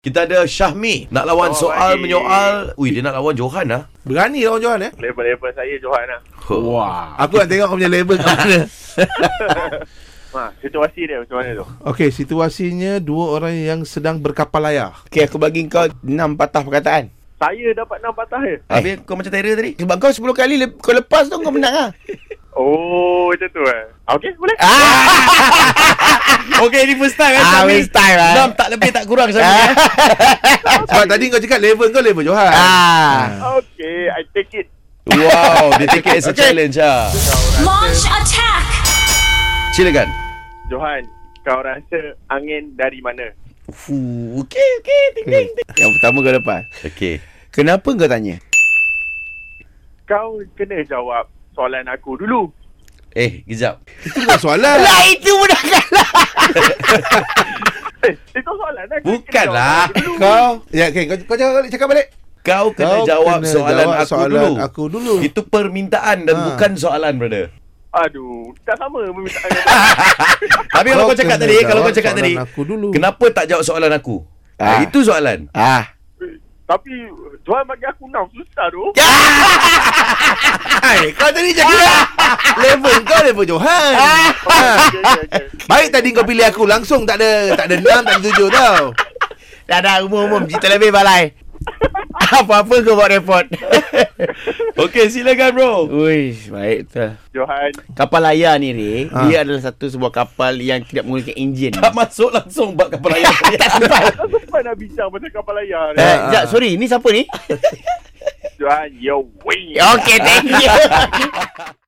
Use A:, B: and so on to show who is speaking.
A: Kita ada Syahmi Nak lawan oh,
B: Selamat
A: soal
B: pagi.
A: menyoal Ui dia nak lawan Johan lah
C: Berani lawan Johan eh
B: Level-level saya Johan lah
A: oh.
C: Wah Aku nak tengok kau punya level kat mana
B: ha, Situasi dia macam mana tu
C: Okey situasinya Dua orang yang sedang berkapal layar
D: Okey, aku bagi kau 6 patah perkataan.
B: Saya dapat 6 patah je
A: Habis kau macam terror tadi
D: Sebab kau 10 kali le- kau lepas tu kau menang lah.
B: Oh macam tu eh Okay boleh
C: Ah.
A: Okay ni first time eh,
D: Ah, waste time lah.
A: Enam tak lebih tak kurang Syahmi eh?
C: Sebab tadi kau cakap level kau level Johan
D: Ah.
B: Okay I take it
A: Wow Dia take it as a challenge lah
E: Launch attack!
A: Silakan
B: Johan Kau rasa angin dari mana
A: Fuh, Okay okay ting ting ting
D: Yang pertama kau lepas.
A: Okay
D: Kenapa kau tanya?
B: Kau kena jawab soalan aku dulu
A: Eh kejap
C: Itu bukan soalan
D: Lah, itu mudah kalah.
B: Eh itu soalan lah Kau kena
A: Bukan
B: jawab
A: lah.
B: aku dulu.
C: Kau ya, okay, kau, kau cakap balik Cakap balik
A: Kau kena
C: Kau
A: jawab
C: kena
A: soalan
C: jawab
A: aku
C: soalan
A: dulu
C: aku dulu.
A: Itu permintaan dan
C: Ha.
A: bukan soalan brother
B: Aduh Tak sama permintaan kau.
A: Habis kalau kau cakap
C: kena
A: tadi eh, Kalau
C: jawab
A: kau cakap
C: soalan
A: tadi
C: aku dulu.
A: Kenapa tak jawab soalan aku
D: Ah.
A: Ah, Itu soalan
D: Ah.
B: Tapi Johan bagi aku 6 Susah tu
C: Ya. Hai, kau tadi cakap
A: Ah.
C: level kau level Johan.
B: okay, okay, okay.
C: Baik tadi kau pilih aku langsung tak ada tak ada 6 tak ada 7 tau.
D: Dah dah umum-umum cerita lebih balai. Apa-apa kau buat report.
A: Okay silakan bro
D: Ui, baik tu.
B: Johan
D: Kapal layar ni, Ray,
C: Ah.
D: dia adalah satu sebuah kapal yang tidak menggunakan enjin.
A: Tak masuk langsung bab kapal layar
D: tak sempat.
B: Kau sempat nak bincang pasal kapal layar ni
D: Eh,
C: Ah.
D: jap, sorry, ni siapa ni?
B: Johan Yo weh
C: Ya.
D: Okay, thank you.